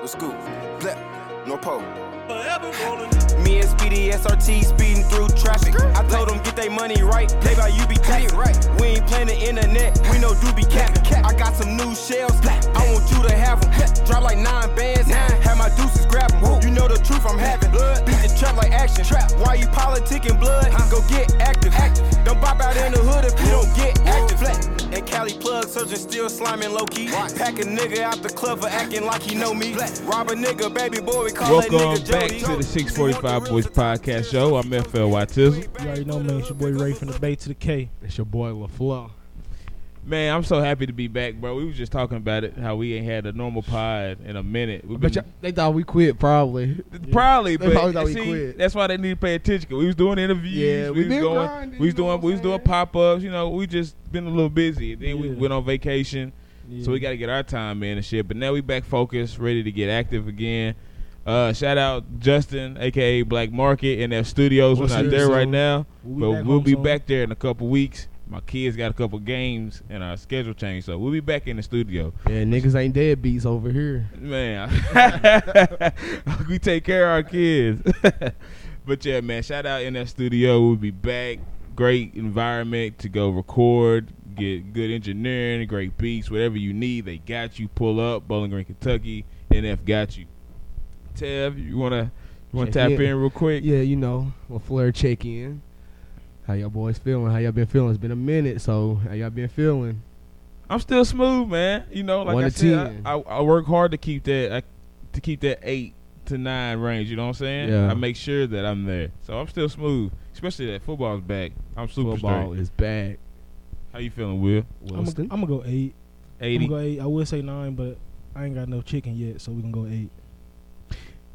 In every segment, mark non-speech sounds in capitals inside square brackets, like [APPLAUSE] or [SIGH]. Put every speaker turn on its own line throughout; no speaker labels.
Let's go. Black, no pole.
Forever rolling.
Me and Speedy SRT speeding through traffic. I told them get they money right, they by you be taxing. We ain't playing the internet, we know do be capping. I got some new shells, I want you to have them. Drop like nine bands, have my deuces grab 'em. You know the truth I'm having. Beat the trap like action. Why you politicking blood? Go get active. Don't bop out in the hood if you don't get active. And Cali plug surgeon still sliming low key. Pack a nigga out the club for acting like he know me. Rob a nigga, baby boy, we call that
Welcome
nigga
back
Jody.
to the 645 Boys Podcast Show. I'm FLY Tizzle.
You already know, man. It's your boy Ray from the Bay to the K.
It's your boy LaFleur.
Man, I'm so happy to be back, bro. We was just talking about it, how we ain't had a normal pod in a minute. We've
But
been-
y'all, they thought we quit probably.
Probably,
They
but
probably thought we
see,
quit.
that's why they need to pay attention. 'cause we was doing interviews,
Yeah,
we,
we
was
been
going,
grinding,
we was
you know
doing,
what
we
I'm
was doing
saying?
pop ups. You know, we just been a little busy. Then we
Yeah.
went on vacation, so we
Yeah.
got to get our time in and shit. But now we back focused, ready to get active again. Uh, shout out Justin, aka Black Market, and their studios.
What's
We're not
up,
there right
son?
now,
be
but
back
we'll
on
be
soon.
back there in a couple weeks. My kids got a couple games and our schedule changed, so we'll be back in the studio.
Yeah, niggas ain't dead beats over here.
Man, [LAUGHS] we take care of our kids. [LAUGHS] but yeah, man, shout out in that studio. We'll be back. Great environment to go record, get good engineering, great beats, whatever you need. They got you. Pull up, Bowling Green, Kentucky. NF got you. Tev, you wanna you wanna
Yeah,
tap
yeah.
in real quick?
Yeah, you know, LaFleur check in. How y'all boys feeling? How y'all been feeling? It's been a minute, so how y'all been feeling?
I'm still smooth, man. You know, like
One
I
to
said,
ten.
I, I, I work hard to keep that I, to keep that eight to nine range. You know what I'm saying?
Yeah.
I make sure that I'm there, so I'm still smooth. Especially that football's back. I'm super
Football
straight.
is back.
How you feeling, Will?
I'm
Wilson.
gonna go eight. I'm
80.
gonna go eight. I would say nine, but I ain't got no chicken yet, so we gonna go eight.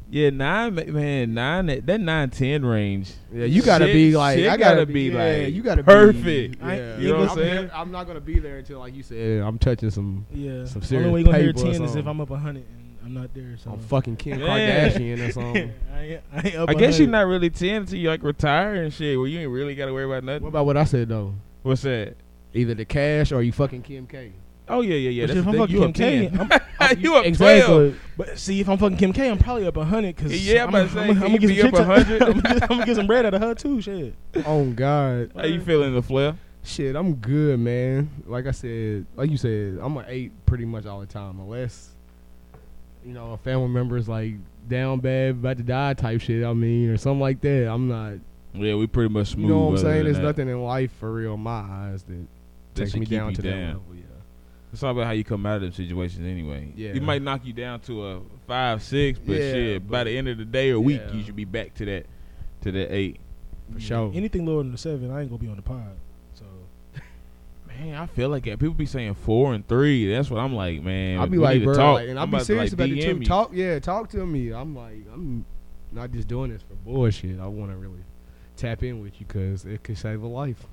yeah, nine, ma- man, nine. That, that nine ten range.
yeah, you gotta
Shit-
be like,
shit
I gotta,
gotta
be,
be
yeah,
like
you gotta
perfect.
Be,
I-
yeah.
you know what I'm
I'm,
saying?
ne- I'm not gonna be there until, like you said, I'm touching some.
Yeah.
Some
Only
serious
way you gonna hear
paper or
ten is if
something.
I'm up a hundred and I'm not there. So
I'm fucking Kim
Yeah.
Kardashian or something.
[LAUGHS] I ain't, I ain't up
I guess you're
100.
not really ten until you like retire and shit. Where you ain't really gotta worry about
What
nothing.
about what I said though?
What's that?
Either the cash or you fucking Kim K.
Oh yeah, yeah, yeah.
But
That's
if
the
I'm
thing.
fucking
you
Kim
up
K,
10. [LAUGHS]
I'm,
you up twelve.
Exactly.
but see, if I'm fucking Kim K, I'm probably up a hundred because
Yeah, I'm
I'm,
about to say,
I'm,
can
gonna
you
get
be up
some
a
chicks-
hundred?
[LAUGHS]
I'm gonna get- I'm gonna get some bread out of her too. Shit.
oh God.
How you feeling, the flare?
Shit, I'm good, man. Like I said, like you said, I'm an eight pretty much all the time, unless you know a family member is like down bad, about to die type shit. I mean, or something like that. I'm not.
Yeah, we pretty much smooth.
You know what I'm
other
saying?
than
There's
that.
nothing in life for real, in my eyes, that,
That
takes
should
me
keep
down
you
to
down.
that level. Yeah.
It's all about how you come out of them situations, anyway.
Yeah.
it might knock you down to a five, six, but
Yeah,
shit, by
but-
the end of the day or week,
Yeah.
you should be back to that, to that eight.
For sure.
Anything lower than a seven, I ain't gonna be on the pod. So
Man, I feel like that. People be saying four and three. That's what I'm like, man.
I'll be
we
like,
need to
bro,
talk.
like, and
I'm
I'll be
to, like,
serious about it
DM
too.
you.
Talk, yeah, talk to me. I'm like, I'm not just doing this for bullshit. I want to really tap in with you because it could save a life.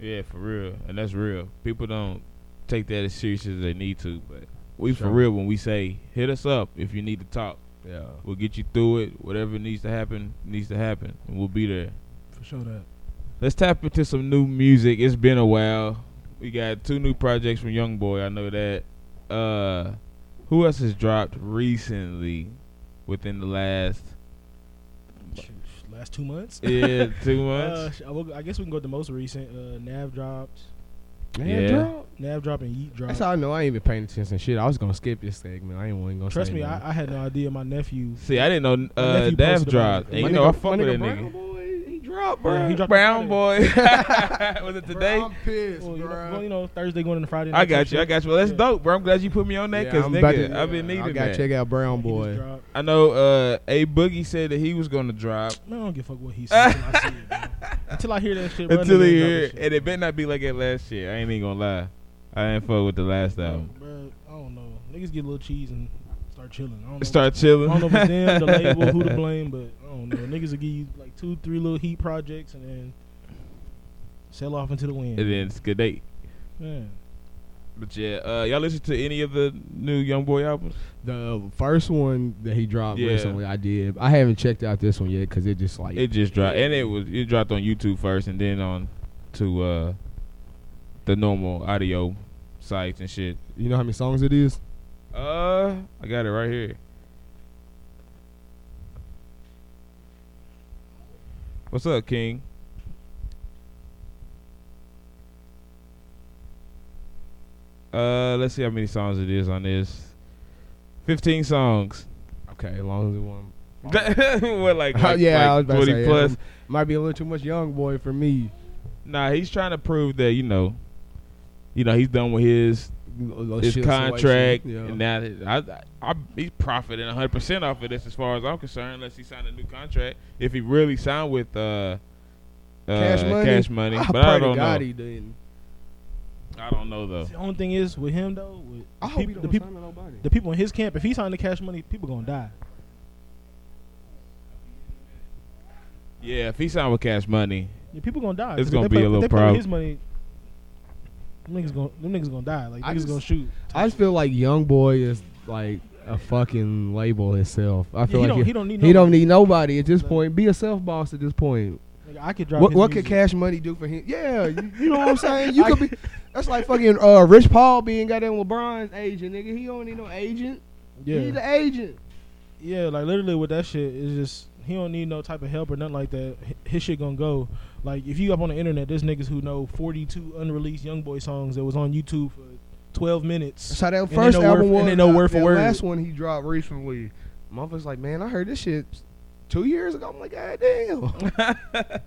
Yeah, for real, and that's real. People don't take that as serious as they need to, but we for
Sure.
real when we say hit us up if you need to talk.
Yeah,
We'll get you through it. Whatever needs to happen needs to happen, and we'll be there.
for sure that.
Let's tap into some new music. It's been a while. We got two new projects from Young Boy. I know that. Uh, who else has dropped recently? Within the last
Shoot, Last two months.
[LAUGHS] yeah two
Uh,
months.
sh- I, will- I guess we can go to the most recent. Uh, Nav dropped.
Yeah.
man, bro.
Nav drop and Yeet drop.
That's how I know I ain't been paying attention. Shit, I was gonna skip this segment. I ain't even gonna.
Trust
say
me,
nothing.
I, I had no idea my nephew.
See, I didn't know
Uh, My
uh,
nephew
Dav
posted about
dropped.
it.
And
My
you know, I
nigga-
fuck
my
with that
Brown
nigga.
Boy, he dropped,
Yeah,
bro.
he dropped
Brown
the
boy.
[LAUGHS]
[LAUGHS] Was it today?
Bro, I'm pissed,
Well, you, know,
bro.
well, you know, Thursday going into Friday.
I
night type
got you. I
shit.
got you. Well, that's
Yeah.
dope, bro. I'm glad you put me on that
Yeah,
because
I'm about
nigga,
to-
I've been
yeah,
needing
I gotta
that.
check out Brown
He just
Boy.
dropped.
I know uh, a boogie said that he was gonna drop
Man, I don't give a fuck
[LAUGHS]
what he said until I see it. bro. Until I hear that shit. bro,
until
nigga
he
drop
hear,
that shit.
and it better not be like that last year. I ain't even gonna lie. I ain't fuck with the last album.
Bro, I don't know. Niggas get a little cheese and start chilling. I don't know.
Start
I
chilling.
don't know if it's Oh. them, the label, who to blame, but I don't know. Niggas will give you like two, three little heat projects and then sell off into the
[LAUGHS]
wind.
and then it's good date.
Man.
But yeah, uh, y'all listen to any of the new Young Boy albums?
The first one that he dropped
Yeah.
recently, I did. I haven't checked out this one yet because it just like
It just dropped, and it was it dropped on YouTube first, and then on to uh, the normal audio sites and shit.
You know how many songs it is?
Uh, I got it right here. What's up, King? Uh, let's see how many songs it is on this. Fifteen songs. [LAUGHS]
Okay, as long as it one.
what like, like,
Oh, [LAUGHS] yeah, I was
like
about
twenty
to say,
plus?
Yeah, might be a little too much young boy for me.
Nah, he's trying to prove that you know, you know, he's done with his his contract,
Yeah.
and now that- I, I, I, he's profiting 100 percent off of this, as far as I'm concerned. Unless he signed a new contract, if he really signed with uh, uh
Cash Money?
cash money.
[LAUGHS] I
but
pray
I
to
don't
God
know.
he didn't.
I don't know though.
The only thing is with him though, with
I
the,
hope he
peop- the,
don't
peop-
sign to nobody.
the people in his camp, if he signed the cash money, people gonna die.
Yeah, if he signed with Cash Money,
Yeah, people gonna die.
It's
'Cause if
gonna be
they play-
a
if
little
they play with
problem.
His money, them niggas gonna them niggas gonna die. Like
I
niggas
just-
gonna shoot.
I just feel like young boy is like a fucking label itself. I
Yeah,
feel
he,
like
don't,
it-
he don't need.
He
no-
don't need nobody at this
No.
point. Be a self boss at this point.
Nigga, I could drop.
What
his
what could
music.
cash money do for him? Yeah, you, you know [LAUGHS] what I'm saying. You could be. That's like fucking uh, Rich Paul being goddamn LeBron's agent, nigga. He don't need no agent.
Yeah.
He's the agent.
Yeah, like literally with that shit, it's just he don't need no type of help or nothing like that. H- His shit gonna go. Like if you up on the internet, there's niggas who know 42 unreleased YoungBoy songs that was on YouTube for 12 minutes.
So that
they
first
know
album
word-
was,
and they know
uh,
word for
that
word.
Last one he dropped recently. Motherfucker's like, man, I heard this shit two years ago. I'm like, god damn.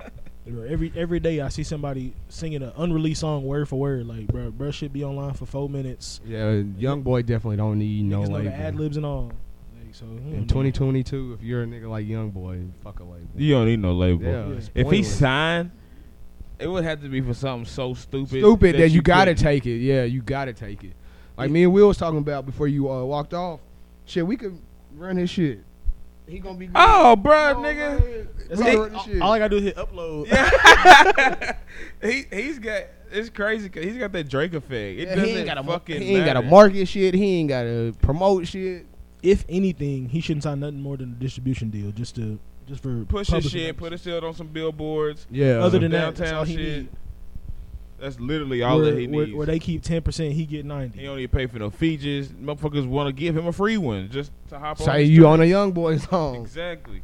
Bro, Every every day I see somebody singing an unreleased song word for word. Like bro, bro should be online for four minutes.
[LAUGHS] Yeah, young boy definitely don't need no
niggas know the
label.
ad libs and all. Like, so he don't
In
need-
2022, if you're a nigga like young boy, fuck a label.
you don't need no label.
Yeah,
If
it's
If he
pointless.
signed, it would have to be for something so stupid.
stupid that, you gotta
couldn't-
take it. Yeah, you gotta take it. Like me and Will was talking about before you uh, walked off. Shit, we could run his shit. He gonna be.
Oh, bro,
Oh,
nigga,
man.
That's
We
all,
could run his shit.
all I gotta do is hit upload.
he he's got it's crazy. 'cause he's got that Drake effect. It
Yeah,
doesn't
he ain't gotta mar-
fucking
He ain't gotta
matter.
market shit. He ain't gotta promote shit.
If anything, he shouldn't sign nothing more than a distribution deal, just to just for
push his
publishing
shit,
purposes.
put his shit on some billboards.
Yeah.
Other
Other
than
than
that, that's all
downtown
he
shit.
need.
That's literally all
where,
that he
where,
needs.
where they keep ten percent, he get ninety.
he don't even pay for no features. Motherfuckers want to give him a free one just to hop on.
say
his
you
track.
on a young boy song.
Exactly.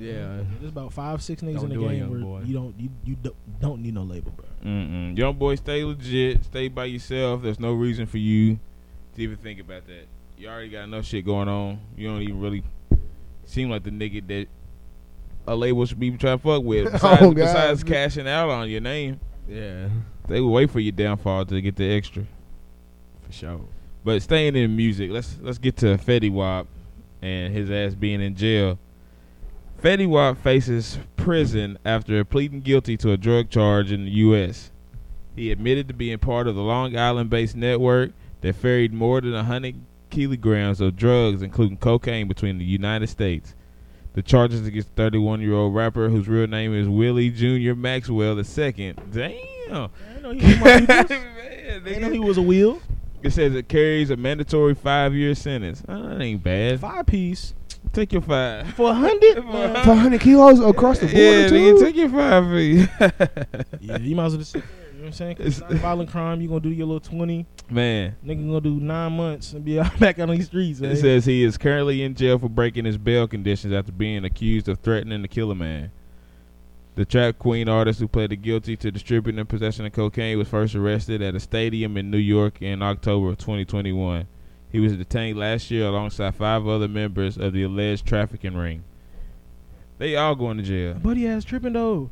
Yeah.
There's about five, six niggas
Don't
in the
do it,
game
young
where
boy.
you don't you, you don't, don't need no label, bro.
Mm-mm. Young boy, stay legit. Stay by yourself. There's no reason for you to even think about that. You already got enough shit going on. You don't even really seem like the nigga that a label should be trying to fuck
[LAUGHS]
with. Besides,
Oh, God.
besides cashing out on your name,
Yeah.
they will wait for your downfall to get the extra.
For sure.
But staying in music, let's let's get to Fetty Wap and his ass being in jail. Fetty Wap faces prison after pleading guilty to a drug charge in the U.S. He admitted to being part of the Long Island-based network that ferried more than 100 kilograms of drugs, including cocaine, between the United States. The charges against 31-year-old rapper, whose real name is Willie Jr. Maxwell II. Damn.
I know he, was my
[LAUGHS] Man,
peoples. I know
nigga.
he was a wheel,
It says it carries a mandatory five year sentence. Uh, that ain't bad.
five piece
Take your [LAUGHS] five.
for a hundred.
For a
man.
hundred.
100 kilos across the
yeah,
border
nigga,
too.
take your five for you.
yeah, you might as well just sit there. You know what I'm saying? 'Cause
It's-
it's not a violent crime. You gonna do your little twenty.
Man,
Nigga gonna do nine months and be [LAUGHS] out back out on these streets. Man.
it says he is currently in jail for breaking his bail conditions after being accused of threatening to kill a man. The trap queen artist who pleaded guilty to distributing and possession of cocaine was first arrested at a stadium in New York in October of 2021. He was detained last year alongside five other members of the alleged trafficking ring. They all going to jail.
Buddy ass tripping though.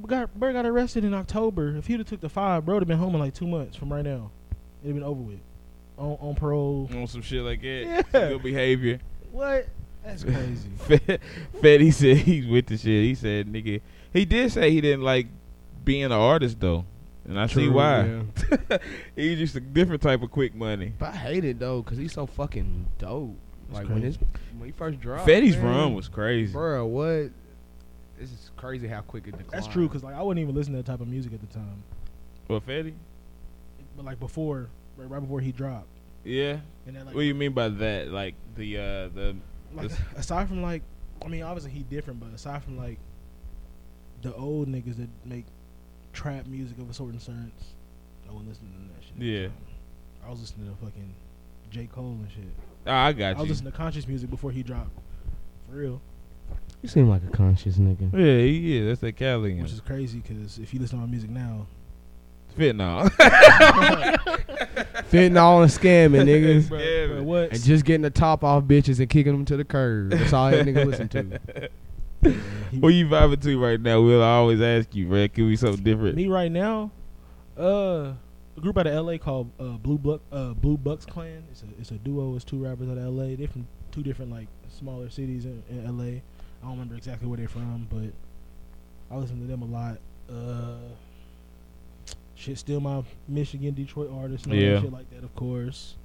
We Got bro got arrested in October. If he'd have took the five, bro'd have been home in like two months from right now. It'd have been over with. On on parole.
on some shit like that.
Yeah.
Some Good behavior.
What?
[LAUGHS]
That's crazy.
Fed, Fed, he said he's with the shit. He said, nigga, he did say he didn't like being an artist though, and I see
True,
why.
yeah.
He's just a different type of quick money.
But I hate it though, cause he's so fucking dope.
That's
like when
crazy.
his when he first dropped,
Fetty's
man,
run was crazy.
Bro, what? This is crazy how quick it declined.
That's true because like I wouldn't even listen to that type of music at the time,
Well, Fetty,
but like before, right, right before he dropped,
yeah.
and then like,
what do you mean by that? Like the uh the
like aside from like, I mean obviously he different, but aside from like the old niggas that make trap music of a certain sense, I wasn't listening to that shit. at the
Yeah.
time. I was listening to fucking J Cole and shit.
oh, I
I
got
was
you.
listening to conscious music before he dropped, for real.
You seem like a conscious nigga.
Yeah, he is. That's that Cali. in
which is crazy because if you listen to my music now, [LAUGHS]
Fentanyl.
[LAUGHS] Fitting all and scamming
[LAUGHS]
[LAUGHS]
niggas.
Yeah,
bro,
man.
what?
And just getting the top off bitches and kicking them to the curb. That's all that nigga listen
[LAUGHS]
to.
What you vibing to right now? We'll always ask you, man. Could be something different.
me right now, uh, a group out of LA called uh, Blue Buck uh, Blue Bucks Clan. It's a it's a duo. It's two rappers out of LA. They're from two different like smaller cities in, in LA. I don't remember exactly where they're from, but I listen to them a lot. Uh, shit, still my Michigan Detroit artists. and all that
Yeah.
shit like that, of course.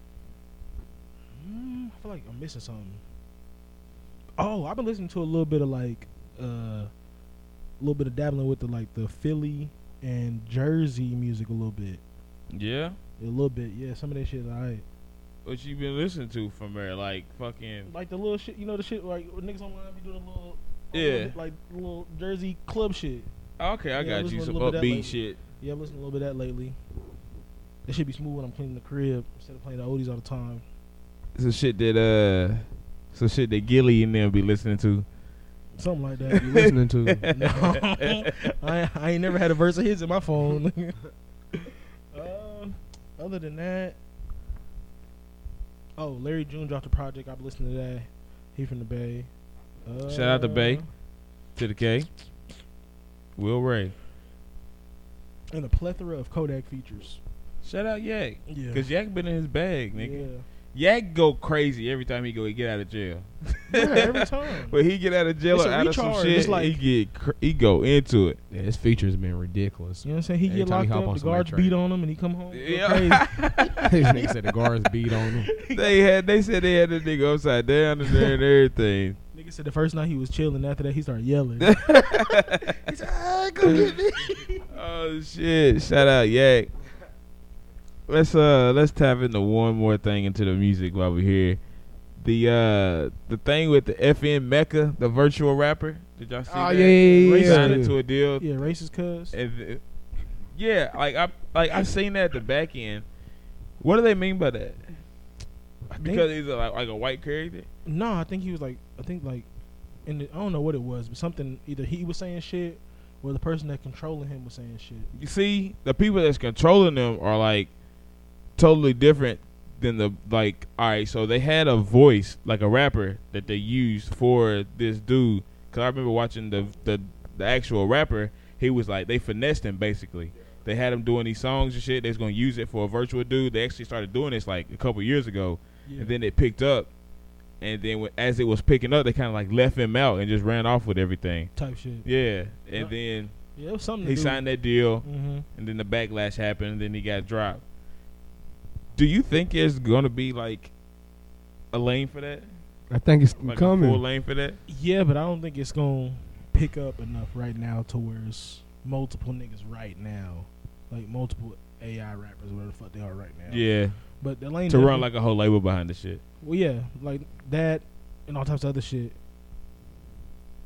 Mm, I feel like I'm missing something. Oh, I've been listening to a little bit of like uh, a little bit of dabbling with the like the Philly and Jersey music a little bit.
Yeah.
A little bit, yeah. Some of that shit, I
What you been listening to from there? Like fucking.
like the little shit. You know the shit like when niggas online be doing a little,
Yeah.
like little Jersey club shit.
Okay, I
Yeah, I
got you
listened
some
to a little bit of that
upbeat
lately.
shit.
Yeah, I've listened to a little bit of that lately. It should be smooth when I'm cleaning the crib instead of playing the oldies all the time.
Some shit that uh, some shit that Gilly and them be listening
[LAUGHS]
to.
Something like that.
You listening to?
No.
[LAUGHS]
[LAUGHS] I, I ain't never had a verse of his in my phone. [LAUGHS] um, other than that, oh, Larry June dropped a project. I've listened to that. He from the Bay. Uh,
Shout out to Bay. To the K. Will Ray.
And a plethora of Kodak features.
Shout out Yak.
Yeah.
Cause Yak been in his bag, nigga.
yeah.
Yak go crazy every time he go he get out of jail.
Yeah,
[LAUGHS]
every time.
When he get out of jail
It's
or
a
out of some
recharge.
shit,
It's like-
he get cr- he go into it.
Yeah, his feature's been ridiculous.
You know what I'm saying? He
Every
get
time he
locked
hop on
up, the
somebody's
guards
train.
beat on him, and he come home. Go crazy.
Yeah.
[LAUGHS] These niggas said the guards beat on him.
[LAUGHS] they had they said they had the nigga upside down [LAUGHS] and there and everything.
Nigga said the first night he was chilling. After that, he
[LAUGHS]
started yelling. "Ah,
Oh shit! Shout out Yak. Let's uh let's tap into one more thing into the music while we're here. The uh the thing with the FN Mecca, the virtual rapper. Did y'all see
Oh
that?
yeah, yeah,
He
yeah.
signed
yeah.
into a deal.
yeah, racist cuz.
And th- yeah, like I like I seen that at the back end. What do they mean by that? Because he's a, like like a white character.
No, I think he was like, I think like, in the, I don't know what it was, but something either he was saying shit or the person that controlling him was saying shit.
you see the people that's controlling them are like totally different than the like all right so they had a voice like a rapper that they used for this dude because i remember watching the, the the actual rapper he was like they finessed him basically they had him doing these songs and shit they was gonna use it for a virtual dude they actually started doing this like a couple years ago
Yeah.
and then it picked up and then when- as it was picking up they kind of like left him out and just ran off with everything
type shit.
yeah and
Right.
then
Yeah, it was something.
he signed that deal
Mm-hmm.
and then the backlash happened, and then he got dropped. Do you think there's gonna be like a lane for that?
I think it's
Like a full
coming.
lane for that?
Yeah, but I don't think it's gonna pick up enough right now to where it's multiple niggas right now, like multiple AI rappers, whatever the fuck they are right now.
Yeah.
But the lane
To run
definitely-
like a whole label behind the shit.
Well, yeah, like that and all types of other shit.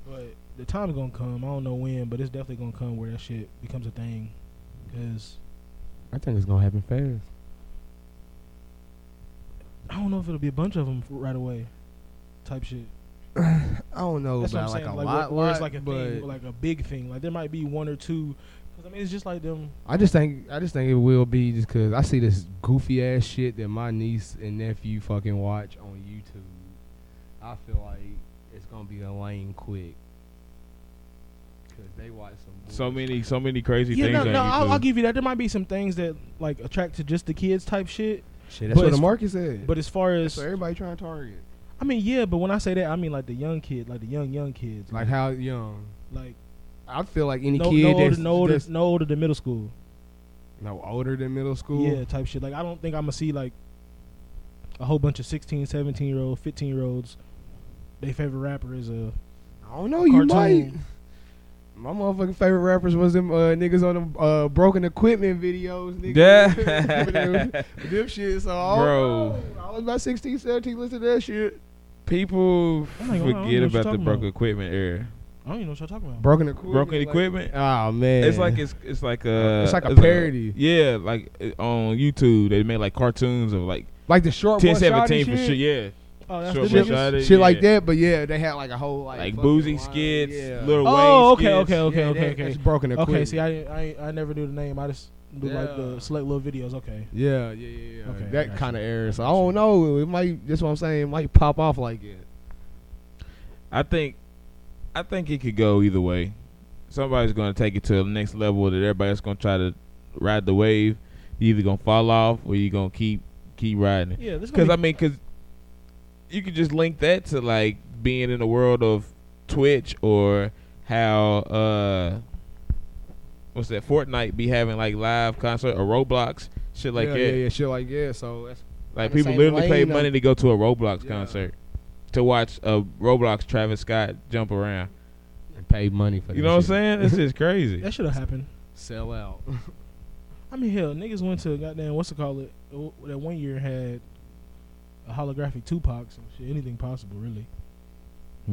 But the time's gonna come. I don't know when, but it's definitely gonna come where that shit becomes a thing. Cause
I think it's gonna happen fast.
I don't know if it'll be a bunch of them right away, type shit.
Oh, I don't know
That's what I'm
about
saying.
like a
Like,
lot,
where, where it's
lot,
like a
but
thing, like a big thing. Like there might be one or two. Cause I mean, it's just like them.
I just think I just think it will be just because I see this goofy ass shit that my niece and nephew fucking watch on YouTube. I feel like it's gonna be a lane quick because they watch some.
So
bullshit.
many, so many crazy
Yeah,
things.
no,
on
no, I'll,
YouTube.
I'll give you that. There might be some things that like attract to just the kids type shit.
shit. That's what
but
the
it's-
market said.
But as far as
so everybody trying to target
I mean, yeah, but when I say that, I mean like the young kid, like the young young kids,
like how young.
like
I feel like any
no,
kid
no older,
that's,
no older,
that's
no older than middle school.
no older than middle school.
Yeah, type shit. Like I don't think I'm gonna see like a whole bunch of 16, 17 year old, 15 year olds. Their favorite rapper is uh, a
I don't know. You might.
Cartoon.
My motherfucking favorite rappers was them uh, niggas on them uh, broken equipment videos, nigga.
Yeah.
[LAUGHS] them shit. So I don't
Bro.
know. I was about 16, 17, listen to that shit.
People
I'm not gonna lie, I don't
forget
know what you're
about the
talking
broken
about.
equipment era.
I don't even know what y'all talking about.
Broken equipment.
Broken
like-
equipment.
Oh man.
It's like it's it's like a
It's like a parody.
yeah, like uh, on YouTube they made like cartoons of like
like the short
10,
one shot and
17 for sure. Yeah,
Oh, that's
Short
the
West
niggas?
Side.
shit
yeah.
like that. But yeah, they had like a whole like,
like
fucking
Boozy
line.
skits,
Yeah.
Little
Oh,
Wayne
okay,
skits.
okay, okay,
Yeah,
okay,
that-
okay.
That's broken and
Okay,
quick.
see, I, didn't- I ain't- I never knew the name. I just do like
Yeah.
the select little videos. Okay.
Yeah, yeah, yeah, yeah.
Okay, I
that
got
kind of
you.
error. So I don't know. It might. That's what I'm saying. It might pop off like it.
I think, I think it could go either way. Somebody's gonna take it to the next level that everybody's gonna try to ride the wave. You either gonna fall off or you gonna keep keep riding.
Yeah, this
Because I mean, because you could just link that to like being in the world of Twitch or how uh what's that Fortnite be having like live concert or Roblox shit like
yeah,
that.
yeah, yeah, shit like yeah. So that's
Like
the
people
same
literally pay
lane of-
money to go to a Roblox
Yeah.
concert to watch a Roblox Travis Scott jump around.
pay money for.
You
that
know what I'm
shit.
saying? This is crazy.
that should have happened.
[LAUGHS]
Sell out.
I mean, hell, niggas went to goddamn what's it called it w- that one year had a holographic Tupac some shit, anything possible really.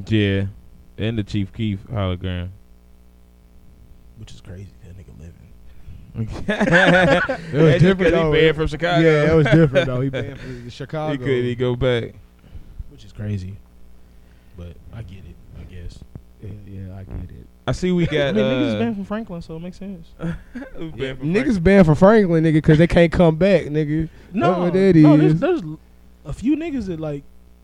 Yeah, and the Chief Keef [LAUGHS] hologram.
Which is crazy. That nigga living.
it
was different,
He
though.
banned from Chicago.
Yeah, that was different though. He banned from
[LAUGHS]
Chicago.
He could he go back?
Which is crazy. But I get it. I guess.
Yeah, yeah, I get it.
I see we [LAUGHS]
I
got
mean,
uh,
niggas is banned from Franklin, so it makes sense.
who's
Yeah,
banned from Frank-
niggas banned for Franklin, nigga, because they can't come back, nigga.
No,
what that
no,
is.
there's, there's a few niggas that like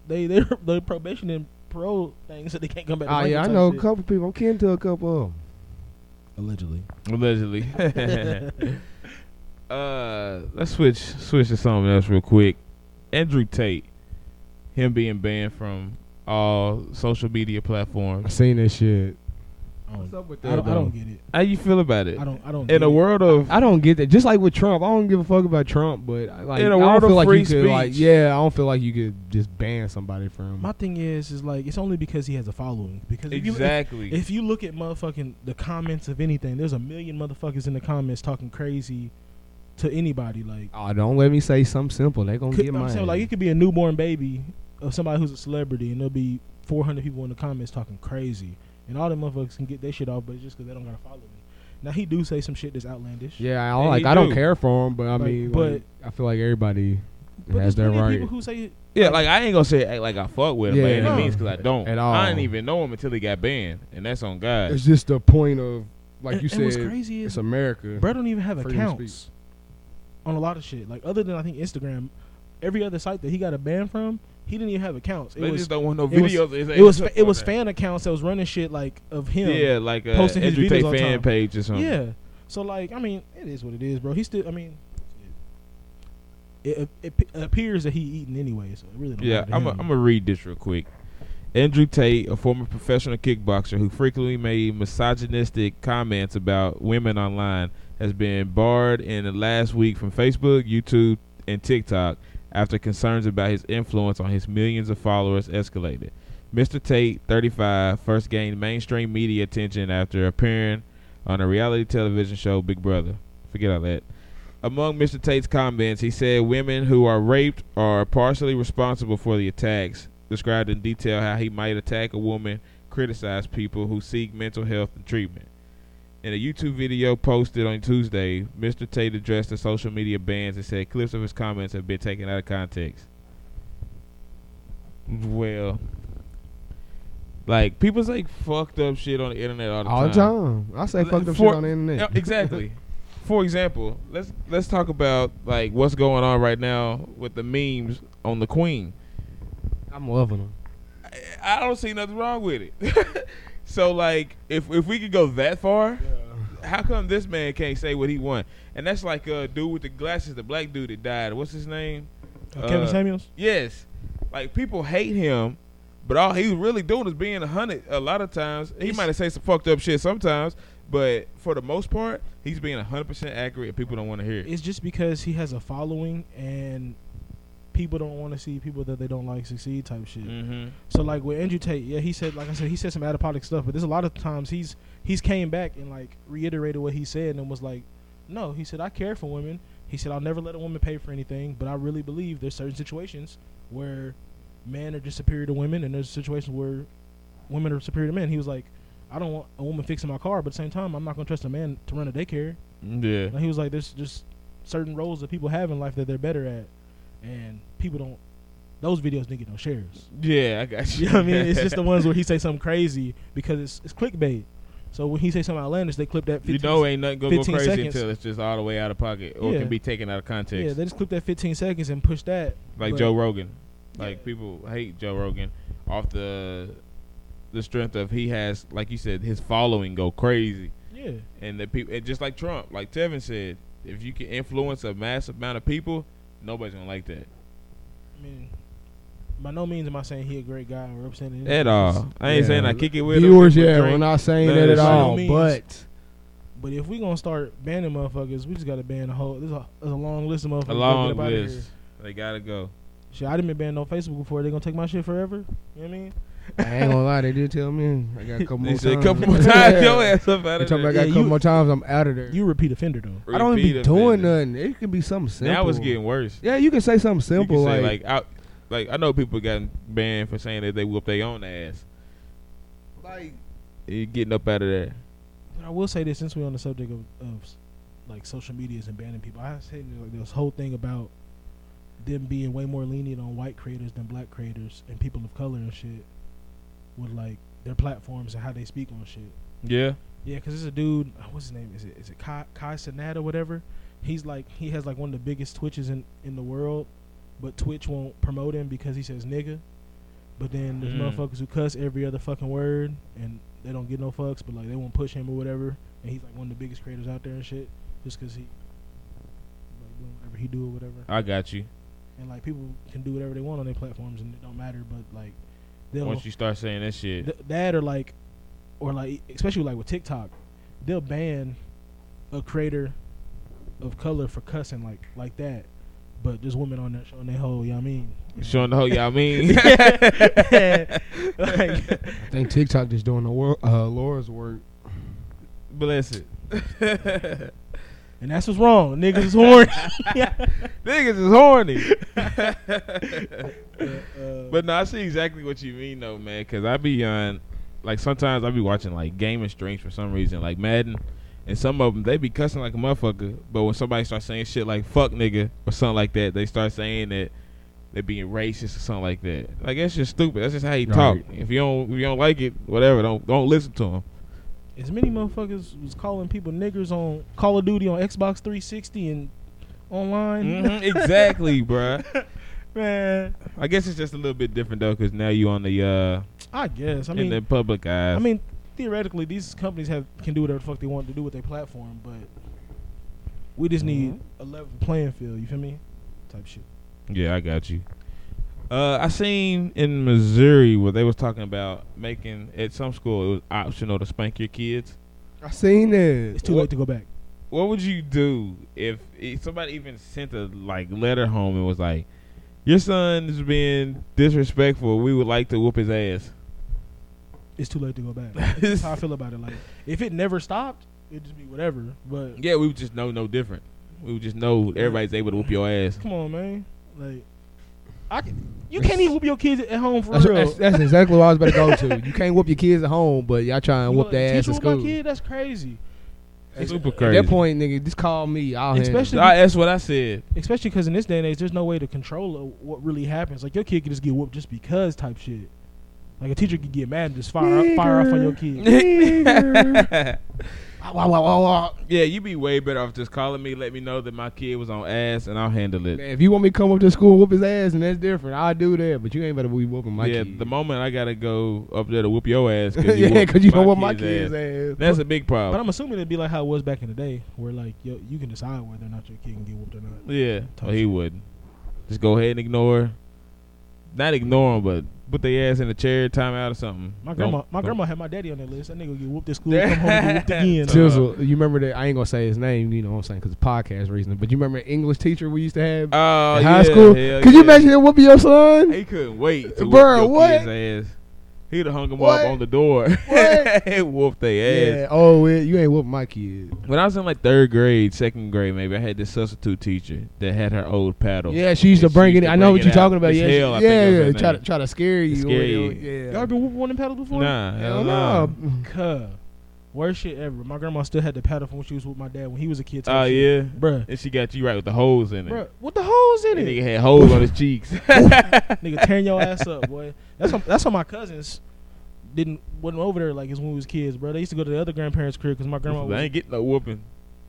they [LAUGHS] they the probation and parole things so they can't come back. to
Ah, yeah, I
Franklin
know a
type shit.
couple people. I'm kin to a couple of them.
Allegedly.
allegedly. [LAUGHS] uh, let's switch switch to something else real quick. Andrew Tate, him being banned from all social media
I
platforms.
seen that shit.
I don't,
up with
I don't, I don't get it.
How you feel about it?
I don't. I don't.
In
get
a
it.
world of
I don't get that. Just like with Trump, I don't give a fuck about Trump, but I- like
In a
I
world
don't feel
of
like
free
you could like
speech.
yeah, I don't feel like you could just ban somebody from.
My thing is, is like it's only because he has a following. Because if you if,
exactly.
if you look at motherfucking the comments of anything, there's a million motherfuckers in the comments talking crazy to anybody. Like,
oh, don't let me say something simple. They gonna
could,
get
I'm
mine.
saying like it could be a newborn baby of somebody who's a celebrity, and there'll be 400 people in the comments talking crazy, and all the motherfuckers can get their shit off, but it's just because they don't gotta follow me. Now he do say some shit that's outlandish.
yeah, I
Yeah,
like
he
I don't
do.
care for him, but I
Like,
mean,
but-
like, I feel like everybody
but
has
there's
their
plenty of
right.
people who say
yeah, like I ain't gonna say act like I fuck with him by
Yeah.
any
No.
means because I don't.
At all.
I didn't even know him until he got banned, and that's on God.
it's just the point of like
and,
you
and what's
said,
crazy is
it's America.
Bro don't even have
Freedom of
accounts on a lot of shit. Like other than I think Instagram, every other site that he got a ban from, he didn't even have accounts. It
they
was
just don't want no
it was-
videos. of his
it was
ass
fa- it
up
was
on
fan accounts that was running shit like of
that.
him.
Yeah, like a
posting his
Andrew
videos
Tate
all
fan
the time.
page or something.
Yeah. So like I mean, it is what it is, bro. He still I mean, it, it, it appears that he eating anyway, so it really don't
Yeah,
matter to
I'm
him.
going to read this real quick. Andrew Tate, a former professional kickboxer who frequently made misogynistic comments about women online, has been barred in the last week from Facebook, YouTube, and TikTok after concerns about his influence on his millions of followers escalated. Mr. Tate, 35, first gained mainstream media attention after appearing on a reality television show, Big Brother. Forget all that. Among Mr. Tate's comments, he said women who are raped are partially responsible for the attacks, described in detail how he might attack a woman, criticize people who seek mental health and treatment. In a YouTube video posted on Tuesday, Mr. Tate addressed the social media bans and said clips of his comments have been taken out of context. Well, like people say fucked up shit on the internet all the
all the
time.
time. I say
Let-
fucked up
for-
shit on the internet.
Yeah, exactly. For example, let's let's talk about like what's going on right now with the memes on the queen.
I'm loving them.
I, I don't see nothing wrong with it. [LAUGHS] so like if if we could go that far, how come this man can't say what he want? And that's like a dude with the glasses, the black dude that died. What's his name?
Uh, Kevin
uh,
Samuels.
Yes. Like people hate him, but all he's really doing is being a hundred a lot of times. He
It's-
might have said some fucked up shit sometimes, but for the most part, he's being hundred percent accurate and people don't want to hear it.
It's just because he has a following and people don't want to see people that they don't like succeed type shit.
Mm-hmm.
So like with Andrew Tate, yeah, he said like I said he said some adipotic stuff, but there's a lot of times he's he's came back and like reiterated what he said and was like, no, he said I care for women. He said I'll never let a woman pay for anything, but I really believe there's certain situations where men are just superior to women, and there's situations where women are superior to men. He was like, I don't want a woman fixing my car, but at the same time, I'm not gonna trust a man to run a daycare.
Yeah.
And he was like, there's just certain roles that people have in life that they're better at, and people don't Those videos didn't get no shares.
Yeah, I got you.
[LAUGHS] You know what I mean? It's just the ones where he say something crazy because it's it's clickbait. So when he say something outlandish, they clip that.
[LAUGHS]
15
you know ain't nothing gonna go
15
crazy
seconds.
until it's just all the way out of pocket or it
Yeah.
can be taken out of context.
Yeah, they just clip that 15 seconds and push that.
like
but-
Joe Rogan. Like people hate Joe Rogan off the the strength of he has, like you said, his following go crazy,
Yeah,
and the people, and just like Trump, like Tevin said, if you can influence a mass amount of people, nobody's gonna like that
I mean, by no means am I saying he a great guy or representing
at all. I ain't
Yeah.
saying I kick it with him,
Viewers,
we
yeah,
drink.
we're not saying
None
that
of
at
that
shit.
all,
Means-
but
But if we gonna start banning motherfuckers, we just gotta ban the whole. There's a, there's a long list of motherfuckers.
a
Gotta
long
get up outta
list.
here.
They gotta go.
Shit, I didn't been banned on Facebook before. They gonna take my shit forever. You know what I mean?
I ain't gonna lie, they did tell me I got a couple
They
more
said a
times.
couple more times, your
Yeah.
ass up out
They
of
told me
there.
I got a
Yeah,
couple
you-
more times, I'm out of there.
You repeat offender though.
I don't even be
Repeat
doing
offender.
nothing. It could be something simple.
Now it's getting worse.
Yeah, you can say something
You
simple
can say,
like,
like out, like I know people gotten banned for saying that they whoop their own ass.
like
You getting up out of there.
But I will say this since we're on the subject of, of like social medias and banning people, I was hitting like this whole thing about them being way more lenient on white creators than black creators and people of color and shit with like their platforms and how they speak on shit.
Yeah.
Yeah, because there's a dude. uh, What's his name? Is it is it Kai, Kai Sinat or whatever? He's like he has like one of the biggest Twitches in in the world, but Twitch won't promote him because he says nigga. But then there's
Mm.
motherfuckers who cuss every other fucking word and they don't get no fucks, but like they won't push him or whatever. And he's like one of the biggest creators out there and shit, just because he like doing whatever he do or whatever.
I got you.
And like people can do whatever they want on their platforms and it don't matter. But like they'll
Once you start saying that shit,
th- that or like or like especially like with TikTok, they'll ban a creator of color for cussing like like that. But there's women on there showing their whole, you know what I mean?
showing the whole y'all mean. [LAUGHS]
[LAUGHS] like,
I think TikTok is doing the wor- uh, Laura's work.
Bless it. Niggas
and that's what's wrong. Niggas is horny.
is
[LAUGHS]
horny.
Uh,
[LAUGHS] but no, I see exactly what you mean though, man. Cause I be on, like sometimes I be watching like gaming streams for some reason, like Madden, and some of them they be cussing like a motherfucker. But when somebody starts saying shit like "fuck nigga" or something like that, they start saying that they being racist or something like that. Like that's just stupid. That's just how you talk.
Right.
If you don't, if you don't like it, whatever. Don't don't listen to
[LAUGHS]
them.
as many motherfuckers was calling people niggers on Call of Duty on Xbox 360 and online.
Mm-hmm. exactly, bruh.
[LAUGHS] Man,
I guess it's just a little bit different though, cause now you on the uh
I guess. I
in
mean,
the public eyes.
I mean, theoretically, these companies have can do whatever the fuck they want to do with their platform, but we just need
Mm-hmm.
a level playing field. You feel me? Type shit.
Yeah, I got you. Uh, I seen in Missouri where they was talking about making at some school it was optional to spank your kids.
I seen that.
It's too
What-
late to go back.
What would you do if, if somebody even sent a like letter home and was like, "Your son is being disrespectful. We would like to whoop his ass."
It's too late to go back. That's how I feel about it.
[LAUGHS]
Like, if it never stopped, it'd just be whatever. But
Yeah, we would just know no different. We would just know everybody's able to whoop your ass.
come on, man. Like, I can, you can't even whoop your kids at home for
That's,
real.
that's, that's exactly what I was about to go to. You can't whoop your kids at home, but y'all try
You
and whoop
gonna
their ass
teach
at
whoop my
school.
kid? That's crazy.
Super
At
crazy.
that point, nigga, just call me. I'll handle it.
Especially-
I, that's what I
[LAUGHS]
said.
Especially because in this day and age, there's no way to control uh, what really happens. Like your kid could just get whooped just because type shit. Like a teacher could get mad and just fire up, fire off on your kid. [LAUGHS]
Wah, wah, wah, wah, wah.
Yeah, you be way better off just calling me, let me know that my kid was on ass, and I'll handle it.
Man, if you want me to come up to school and whoop his ass, and that's different. I'll do that, but you ain't better be whooping my
yeah,
[LAUGHS] kid.
the moment I gotta go up there to whoop your ass,
[LAUGHS]
cause you
yeah,
whooped
because you don't want my
kid's
kid's ass.
That's a big
But
problem.
I'm assuming it'd be like how it was back in the day, where like yo, you can decide whether or not your kid can get whooped or not.
yeah, well, he wouldn't. Just go ahead and ignore. Not ignore him, but put their ass in a chair, time out or something.
My
Don't-
grandma, my
don't-
grandma had my daddy on that list. That nigga would get whooped at school, come home and
[LAUGHS]
get whooped again.
So-
Chisel, you remember that? I ain't gonna say his name, you know what I'm saying, because podcast reason. But you remember the English teacher we used to have
Oh,
in high
yeah,
school? Could
hell
you
yeah.
imagine him whooping your son?
He couldn't wait to
Bruh,
whoop your
what?
kid's ass. He'd have hung him
What?
up on the door [LAUGHS]
What?
and whooped their ass.
Yeah. Oh, it, you ain't whooping my kid.
When I was in like third grade, second grade, maybe I had this substitute teacher that had her old paddle.
Yeah, she used to
She
bring
used
it.
to
I know
bring
what
it
you're
out.
talking about.
Miss
Yeah,
Hill, I
yeah,
think that was
yeah.
her
Try to
name.
try to scare you.
Scare
or whatever.
you.
Y'all
Yeah.
been whooped one in paddles before?
Nah,
Hell
hell no.
no.
Cuh. Worst shit ever. My grandma still had the paddle from when she was with my dad when he was a kid. type
Oh
shit.
yeah,
Bruh.
And she got you right with the holes in it.
Bruh, what the holes in
That nigga
it?
had holes on his
[LAUGHS]
cheeks.
nigga tearing your ass up, boy. That's what, that's what my cousins didn't wasn't over there like as when we was kids, bro. They used to go to the other grandparents' crib because my grandma.
I
Was,
ain't getting no whooping.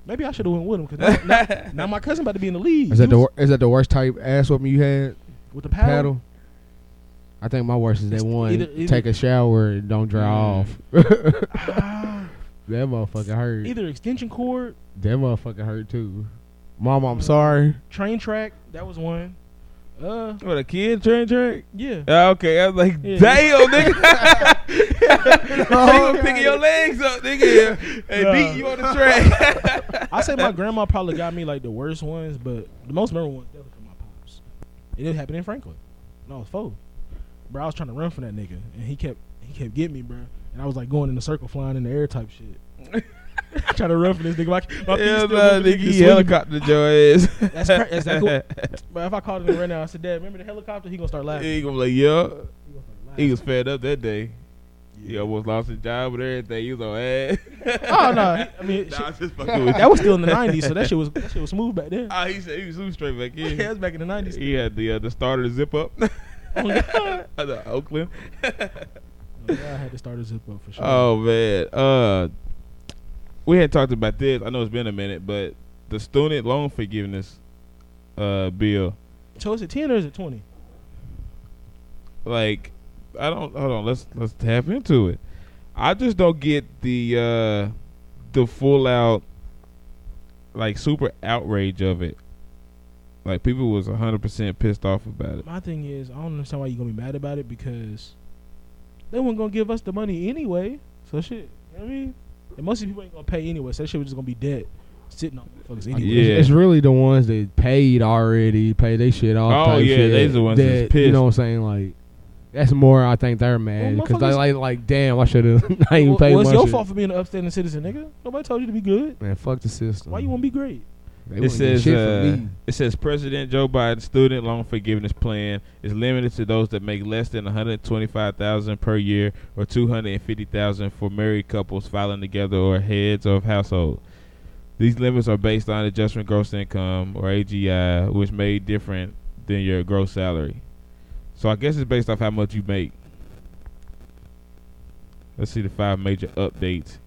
maybe I should have went with them because now, now- now my cousin about to be in the league.
Is that
You
the
was-
wor- is that the worst type ass whooping you had?
with the paddle?
Paddle. I think my worst is that
It's
one.
either- either-
take a shower and don't dry
Mm.
off. Ah. [LAUGHS] that motherfucker hurt.
Either extension cord,
That motherfucker hurt too. Mom, I'm sorry.
train track. That was one. Uh,
What a kid train track?
yeah.
Ah, Okay, I was like,
Yeah.
damn,
[LAUGHS]
nigga. [LAUGHS] you were picking your legs up, nigga, and
Nah.
beat you on the
[LAUGHS]
track.
I say
[LAUGHS]
my grandma probably got me like the worst ones, but the most memorable ones definitely from my pops. It did happen in Franklin. And I was four. Bro, I was trying to run from that nigga, and he kept he kept getting me, bro. And I was like going in a circle, flying in the air type shit.
[LAUGHS]
trying to run from this nigga. My, my feet
yeah,
still
nah,
moving,
nigga,
nigga,
he
swinging.
helicoptered your ass.
That's cra- is
[LAUGHS]
that cool? But if I called him right now, I said, Dad, remember the helicopter? He gonna start laughing.
He gonna be like, yo,
He gonna start laughing.
he was fed up that day. He almost lost his job and everything. He was on ass.
oh no, he, I
[LAUGHS]
mean
nah,
shit-
I [LAUGHS] was just fucking with
that was still in the '90s, so that shit was that shit was smooth
[LAUGHS]
back then.
Ah, he said he was super straight back [LAUGHS]
Yeah, it
in.
was back in the '90s. [LAUGHS]
he had the uh, the starter to zip up. [LAUGHS]
Oh, God.
the Oakland.
Oh, yeah, I had to start a zip up for
[LAUGHS]
sure.
Oh man, uh, we had talked about this. I know it's been a minute, but the student loan forgiveness uh, bill,
So is it ten or is it twenty?
like, I don't hold on. Let's let's tap into it. I just don't get the uh, the full out, like super outrage of it. Like people was hundred percent pissed off about it.
My thing is, I don't understand why you gonna be mad about it because they weren't gonna give us the money anyway. So shit, you know what I mean, and most of the people ain't gonna pay anyway. So that shit was just gonna be debt sitting on motherfuckers anyway.
Yeah.
It's, it's really the ones that paid already, paid they shit off.
Oh,
type
yeah,
shit,
they's the ones that's
You
pissed.
know what I'm saying? Like, that's more. I think they're mad
Well,
because they
motherfuckers-
like, like, damn, I should have. [LAUGHS] I ain't
Well,
paid
well, it's
my
your
shit.
fault for being an upstanding citizen, nigga. Nobody told you to be good.
Man, fuck the system.
Why you wanna be great?
They
It
wouldn't get
says
shit
uh,
from me.
it says President Joe Biden's student loan forgiveness plan is limited to those that make less than 125,000 per year or 250,000 for married couples filing together or heads of household. These limits are based on adjustment gross income or AGI, which may different than your gross salary. So I guess it's based off how much you make. Let's see the five major updates.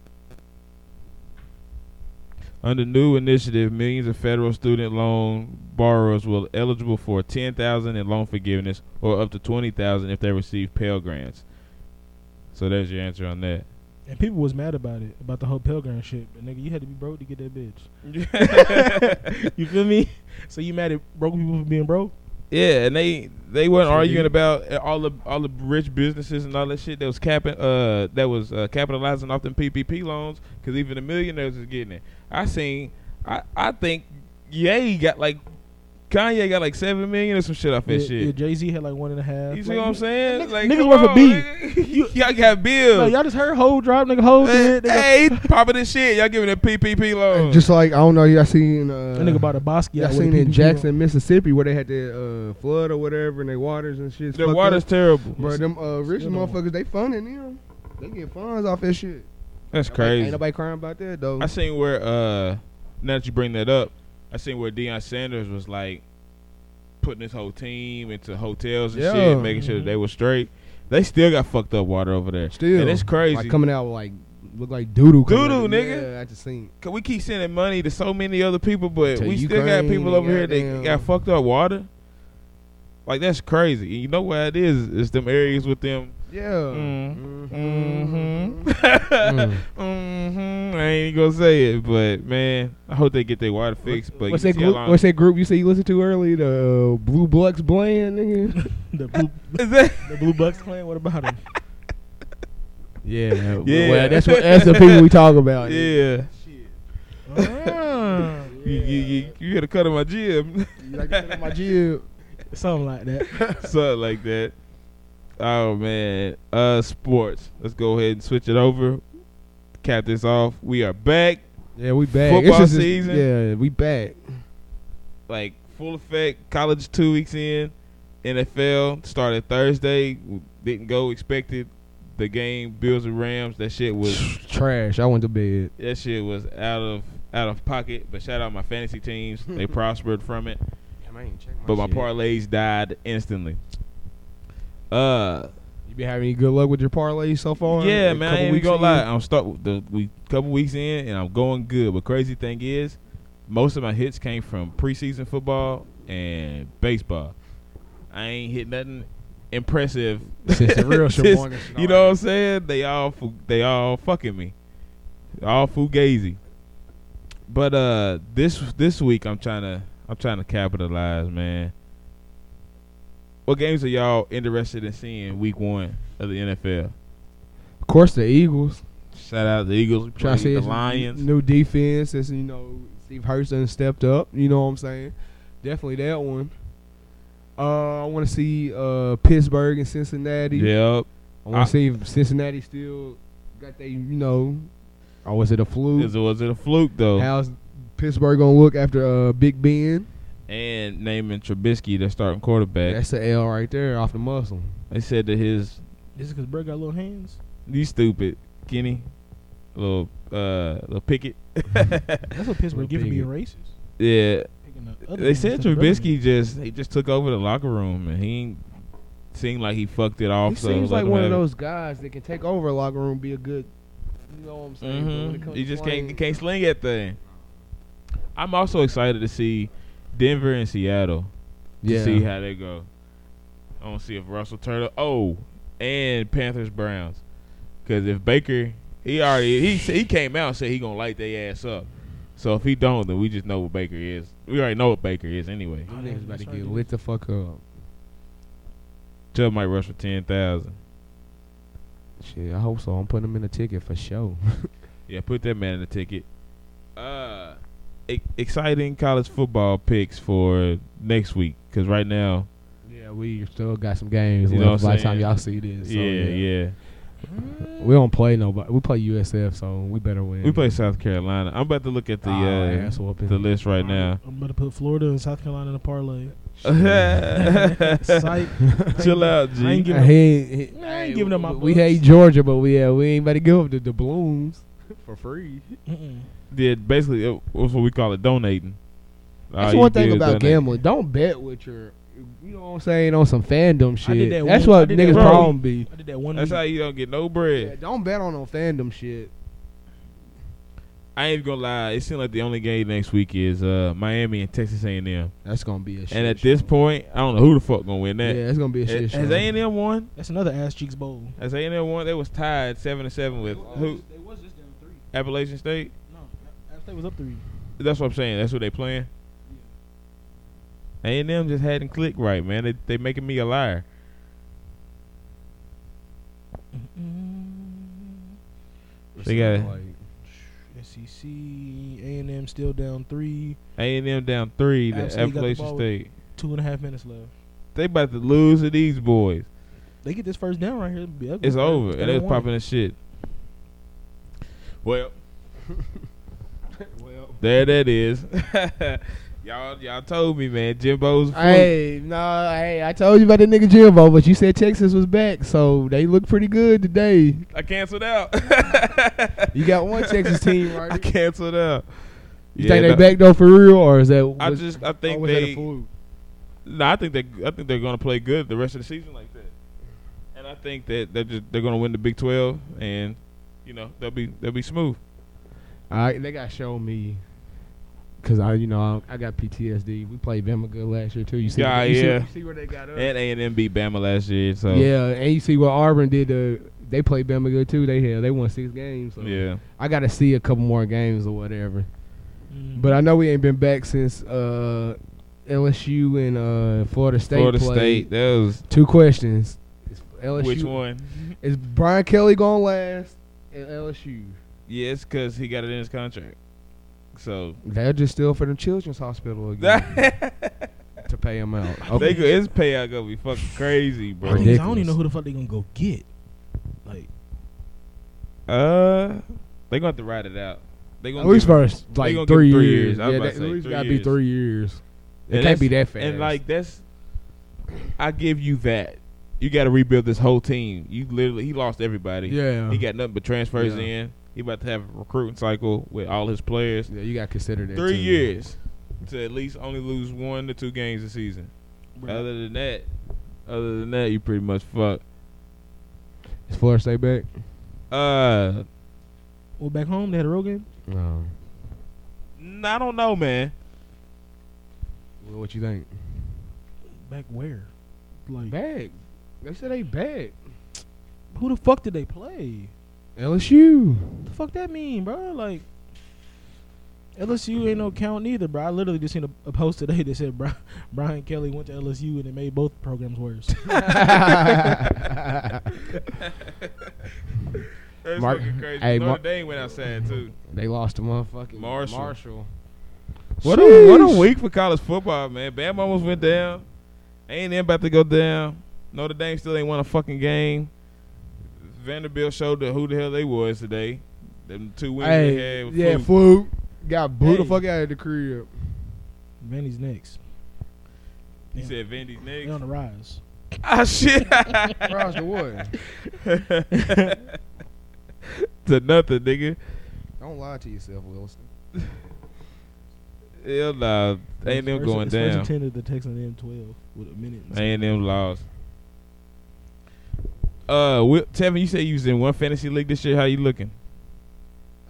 Under new initiative, millions of federal student loan borrowers will eligible for 10,000 in loan forgiveness or up to 20,000 if they receive Pell grants. So there's your answer on
[LAUGHS]
that.
And people was mad about it, about the whole Pell Grant shit. But nigga, you had to be broke to get that
[LAUGHS]
bitch. You feel me? So you mad at broke people for being broke?
yeah, and they they weren't
Sure
arguing
do.
about uh, all the all the rich businesses and all that shit that was capping uh that was uh, capitalizing off them PPP loans cuz even the millionaires is getting it. I seen I I think Ye got like Kanye got like 7 million or some shit off that
yeah,
shit.
Yeah, Jay Z had like one and a half.
You see
Like,
what I'm saying?
niggas-
like
niggas
come
work for
on,
B.
nigga. [LAUGHS] y'all got bills.
No, y'all just heard whole drop, nigga. Whole
hey,
did. Nigga.
hey, popping this shit. Y'all giving a PPP loan.
Just like I don't know, y'all seen uh,
Uh, That nigga bought a Bosky.
y'all seen in Jackson, Mississippi, where they had the uh, flood or whatever, and their waters and shit.
the water's terrible.
bro. Them uh, rich
Still don't-
motherfuckers, they funding them. They get funds off that shit.
That's
Ain't-
crazy.
Ain't nobody crying about that though.
I seen where uh now that you bring that up, I seen where Deion Sanders was like putting his whole team into hotels and
Yeah.
shit, making sure that they were straight. They still got fucked up water over there.
Still,
and it's crazy.
Like coming out with, like look like doodoo. coming
Doodoo,
out.
nigga.
Yeah, I just seen.
'Cause we keep sending money to so many other people, but
To
we still got
Ukraine
people
and
over here that
goddamn-
got fucked up water. Like that's crazy. And you know what it is? It's them areas with them.
Yeah.
Mm.
Mhm.
Mm-hmm.
Mm.
[LAUGHS] mm-hmm. I ain't gonna say it, but man, I hope they get their water fixed. But
What's
you can
that
see how
group?
long-
What's that group you say you listened to early? The uh, Blue Bloods Bland, nigga.
[LAUGHS]
the blue,
Is that?
the blue Bucks clan. What about him?
yeah.
Yeah.
Well, that's what that's the people we talk
[LAUGHS]
about.
Yeah.
Ah,
You, you, you, you had a cut of my gym, [LAUGHS]
You like to cut my jib.
something like that.
something like that. Oh man, uh, sports. Let's go ahead and switch it over. Cap this off. We are back.
Yeah, we back.
Football
It's just-
season.
Yeah, we back.
like full effect. College two weeks in, NFL started Thursday. w- Didn't go expected. the game Bills and Rams. That shit was
[SIGHS] Trash. I went to bed.
that shit was out of out of pocket. But shout out my fantasy teams. They prospered from it. But my parlays died instantly. Uh
You been having any good luck with your parlays so far?
yeah,
A
man, I
couple
ain't we
weeks
gonna
in?
lie. I'm start with the we couple weeks in and I'm going good. But crazy thing is, most of my hits came from preseason football and baseball. I ain't hit nothing impressive.
[LAUGHS] Since the real
[LAUGHS] Since-
Shabonis and all
you know what I'm saying? They all fu- they all fucking me. All fugazi. But uh this this week I'm trying to I'm trying to capitalize, man. What games are y'all interested in seeing week one of the NFL?
Of course, the Eagles.
Shout out the Eagles. We
Try
played
to see
the
some
Lions.
New defense. As you know, Steve Hurst done stepped up. You know what I'm saying? Definitely that one. Uh, I want to see uh, Pittsburgh and Cincinnati.
Yep.
I want
I-
to see if Cincinnati still got they. You know, or was it a fluke?
Is it, was it a fluke though?
How's Pittsburgh gonna look after uh, Big Ben?
And naming Trubisky their starting quarterback.
That's the L right there off the muscle.
they said that his
Is it because Brett got little hands?
you stupid Kenny, little uh little Pickett.
That's what Pittsburgh
Little
giving me a
bigot.
racist.
yeah,
Picking up other
they
things
said
instead of Brett.
Trubisky just he just took over the locker room and he ain't seemed like he fucked it off.
He
so
seems
let
like
him
one of
have it.
those guys that can take over a locker room, be a good. You know what I'm saying? But when it
hmm
comes
You
to
just
playing-
can't you can't sling that thing. I'm also excited to see Denver and Seattle. to
Yeah.
see how they go. I want to see if Russell Turner. Oh, and Panthers Browns. Because if Baker, he already he said- he came out and said he gonna light their ass up. So if he don't, then we just know what Baker is. We already know what Baker is anyway.
Them niggas about to
Sorry,
get
dude.
lit the fuck up.
Chubb might rush for ten thousand.
Shit, I hope so. I'm putting him in a ticket for sure. [LAUGHS]
Yeah, put that man in the ticket. Uh, e- exciting college football picks for next week. Because right now,
Yeah, we still got some games
You know
left
what I'm
by the time
saying?
y'all see this. So,
yeah, yeah,
We don't play nobody. We play USF, so we better win.
we play South Carolina. I'm about to look at the
Ah,
uh,
ass whooping.
the list right now.
I'm about to put Florida and South Carolina in a parlay.
[LAUGHS] Chill [LAUGHS]
Psych.
out,
I
G.
ain't giving
I
up-
hate- hate-
I ain't
hey,
giving up my
We
books.
hate Georgia, but we yeah, we ain't about to give up the doubloons for free.
Mm-mm.
Did basically it was what we call it donating. All
That's
you
one
did
thing
was
about
donate.
gambling. Don't bet with your, you know what I'm saying, on some fandom shit.
did that
That's
one- I
what
did that
niggas'
one
problem be.
I did that one.
That's
week.
how you don't get no bread.
Yeah, don't bet on no fandom shit.
I ain't gonna lie. It seems like the only game next week is uh, Miami and Texas A&M.
That's gonna be a shit.
and at this
show.
point, I don't know who the fuck gonna win that.
yeah, it's gonna be a shit.
Has
show.
has A&M won?
That's another ass cheeks bowl.
Has A&M won? They was tied seven to seven with who?
They was just down three.
Appalachian State.
No, App State was up three.
That's what I'm saying. That's what they playing. A&M just hadn't clicked right, man. They they making me a liar. They got-
SEC, E A and M still down three.
A&M down three to
Absolutely got the
Appalachian
ball.
State.
Two and a half minutes left.
They about to lose to these boys.
They get this first down right here. it'd be ugly.
It's over. And
gonna
it's
win.
popping the shit. Well,
well,
there that is. y'all y'all told me, man. Jimbo's a fluke.
hey, nah, hey, I told you about that nigga Jimbo, but you said Texas was back, so they look pretty good today.
I canceled out. [LAUGHS]
You got one Texas team, right?
I canceled out.
You
Yeah,
think they
no,
back though for real, or is that?
I
was-
just I
or
think
was that a
they
fluke?
No, I think they I think they're gonna play good the rest of the season like that. And I think that they're just they're gonna win the Big Twelve and you know, they'll be they'll be smooth.
I, they got to show me. Cause I, you know, I, I got PTSD. We played Bama good last year too. You see,
Yeah,
you see-
yeah.
you see where they got up.
And A and M beat Bama last year, so
Yeah, and you see what Auburn did. To, they played Bama good too. They had they won six games. So
Yeah.
I got to see a couple more games or whatever.
Mm.
But I know we ain't been back since uh, LSU and uh, Florida State.
Florida
played.
State. That was
Two questions. Is LSU,
which one?
Is Brian Kelly going last at LSU?
Yeah, it's because he got it in his contract.
[LAUGHS]
So
They're just still for the Children's Hospital
they
again
go,
[LAUGHS] to pay him out.
his payout gonna be fucking crazy,
I don't
bro.
even- I
ridiculous.
don't even know who the fuck they gonna go get. Like
Oh,
Uh, they gonna have to ride it out. They
At
gonna
least
give-
Oh, first like
gonna give
three,
three
years.
years. I was
Yeah,
about
that,
to
at
say
least
three
gotta be
years.
three years.
and
It can't be
that's-
that fast.
And like that's, I give you that. you got to rebuild this whole team. You literally he lost everybody.
Yeah.
he got nothing but transfers
Yeah.
in. He about to have a recruiting cycle with all his players.
Yeah, you got to consider that.
Three
too.
years to at least only lose one to two games a season. Other than that, other than that, you pretty much fucked.
Is Florida State back?
Uh,
Well, back home they had a road game.
No.
n- I don't know,
[LAUGHS]
man. [LAUGHS]
What, what you think?
Back where? Like
Back. They said they back.
who the fuck did they play?
LSU.
What the fuck that mean, bro? Like LSU ain't no count neither, bro. I literally just seen a, a post today [LAUGHS] that said Bri- Brian Kelly went to LSU and it made both programs [LAUGHS] worse.
That's
Mark-
fucking crazy.
hey,
Notre
Mar-
Dame went outside too.
they lost to motherfucking
Marshall.
Marshall.
What a what a
Sheesh.
week for college football, man. Bam almost went down. Ain't about to go down. Notre Dame still ain't won a fucking game. Vanderbilt showed that who the hell they was today. Them two wins they
Hey,
had. was
yeah,
fluke.
fluke. Got blew the
Hey.
fuck out of the crib.
Vandy's next.
He
Yeah.
said Vandy's
They on
next.
the rise.
Ah
[LAUGHS]
shit.
Cross the wood.
to nothing, nigga.
Don't lie to yourself, Wilson.
Hell nah. Ain't them
First-
going
it's first
down.
and ten of the Texans and twelve with a minute. and
A and M lost. Uh, Will, Tevin, you said you was in one fantasy league this year. How you looking?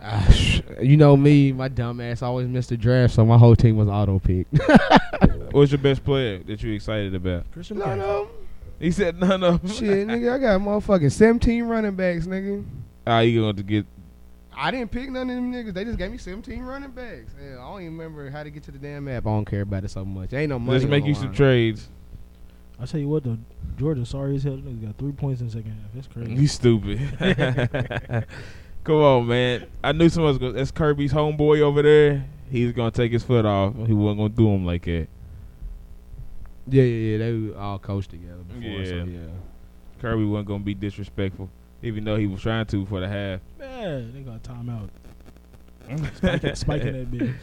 Ah, sh- you know me, my dumb ass always missed the draft, so my whole team was auto picked.
What's your best player that you excited about?
Christian
no,
McCaffrey.
no.
He said none of 'em.
Shit, nigga, I got motherfucking 17 running backs, nigga.
Ah, you gonna have to get?
I didn't pick none of them niggas. They just gave me 17 running backs. Yeah, I don't even remember how to get to the damn app. I don't care about it so much. Ain't no money.
Let's make
on
you
the
some
line.
trades.
I tell you what, though, Georgia sorry as hell. Them niggas got three points in the second half. That's
You
crazy.
stupid. [LAUGHS] Come on, man. I knew someone was gonna. That's Kirby's homeboy over there. He's gonna take his foot off. He wasn't gonna do him like that.
Yeah, yeah, yeah. They were all coached together before. Yeah.
Yeah.
So, yeah.
Kirby wasn't gonna be disrespectful, even though he was trying to for the half.
Man, they got timeout.
[LAUGHS]
Spiking, spiking that bitch.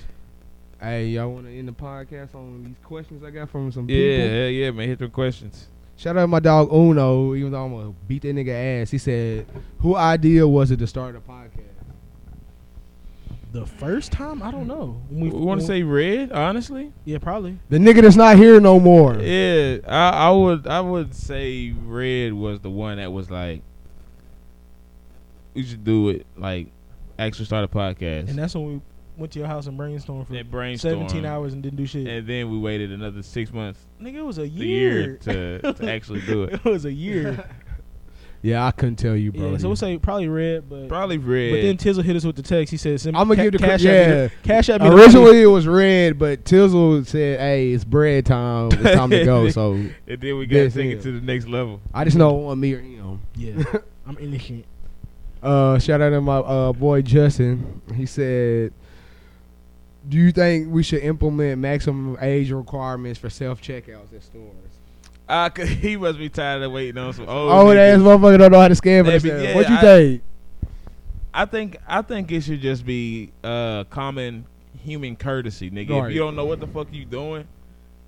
Hey, y'all want to end the podcast on these questions I got from some people?
Yeah, hell yeah, man. Hit them questions.
Shout out to my dog Uno, even though I'm gonna uh, beat that nigga ass. He said, "Who idea was it to start a podcast?"
The first time, I don't know. When
We want to say red, honestly.
yeah, probably.
The nigga that's not here no more.
Yeah, I, I would I would say red was the one that was like, we should do it. Like, actually start a podcast.
And that's when we went to your house and brainstormed for
And brainstorm.
17 hours and didn't do shit.
And then we waited another six months,
Nigga, it was a
the
year.
year to,
[LAUGHS]
to actually do it.
it was
[LAUGHS]
a year.
Yeah, I couldn't tell you, bro.
yeah, so we'll say probably red, but
Probably
but then
red.
Tizzle hit us with the text. He said, "Send me
I'm gonna
ca-
give the
cash
cash
at me the-
yeah.
cash at me the money."
Originally it was red, but Tizzle said, "Hey, it's bread time. It's time to go." So
and then we got to
Yes,
take
yeah.
it to the next level.
I just know on me or him. [LAUGHS]
Yeah, I'm innocent.
Uh, shout out to my uh, boy Justin. He said, "Do you think we should implement maximum age requirements for self checkouts at stores?"
I could, [LAUGHS] he must be tired of waiting on some old.
Old
niggas.
Oh, ass motherfucker don't know how to scan for
They be-
themselves.
yeah,
what you
I-
think?
I think I think it should just be uh common human courtesy, nigga. If
Right.
you don't know what the fuck you doing,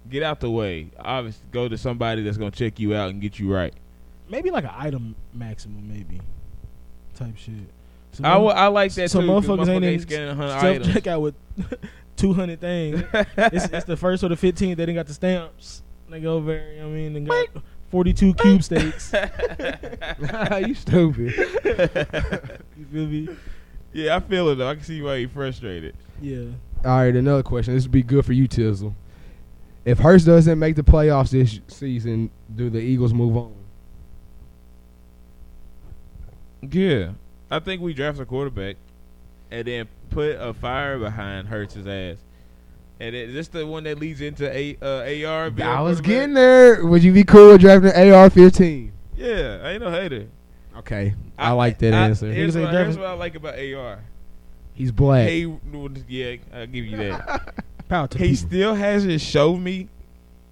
get out the way. Obviously, go to somebody that's gonna check you out and get you right.
Maybe like an item maximum, maybe type shit. So
I, wa- I like that
so
too. 'cause
motherfuckers ain't in
scanning
self
hundred items.
checkout with [LAUGHS] 200 things. it's, it's the first or the 15th. They didn't got the stamps. They go over, there, you know what I mean? And got 42
[LAUGHS]
cube
[LAUGHS]
steaks.
you stupid.
You feel me?
yeah, I feel it though. I can see why you're frustrated.
Yeah.
All right, another question. This would be good for you, Tizzle. If Hurst doesn't make the playoffs this season, do the Eagles move on?
Yeah, I think we draft a quarterback and then put a fire behind Hurts' ass. And it, this the one that leads into a uh, AR. being
I was
quarterback?
getting there. Would you be cool with drafting an AR-15?
Yeah, I ain't no hater.
Okay, I, like that
I-
answer.
Here's
Niggas ain't
what, here's
driving-
what I like about AR.
He's black.
Hey, yeah, I'll give you that.
Power to
he
the people.
still hasn't shown me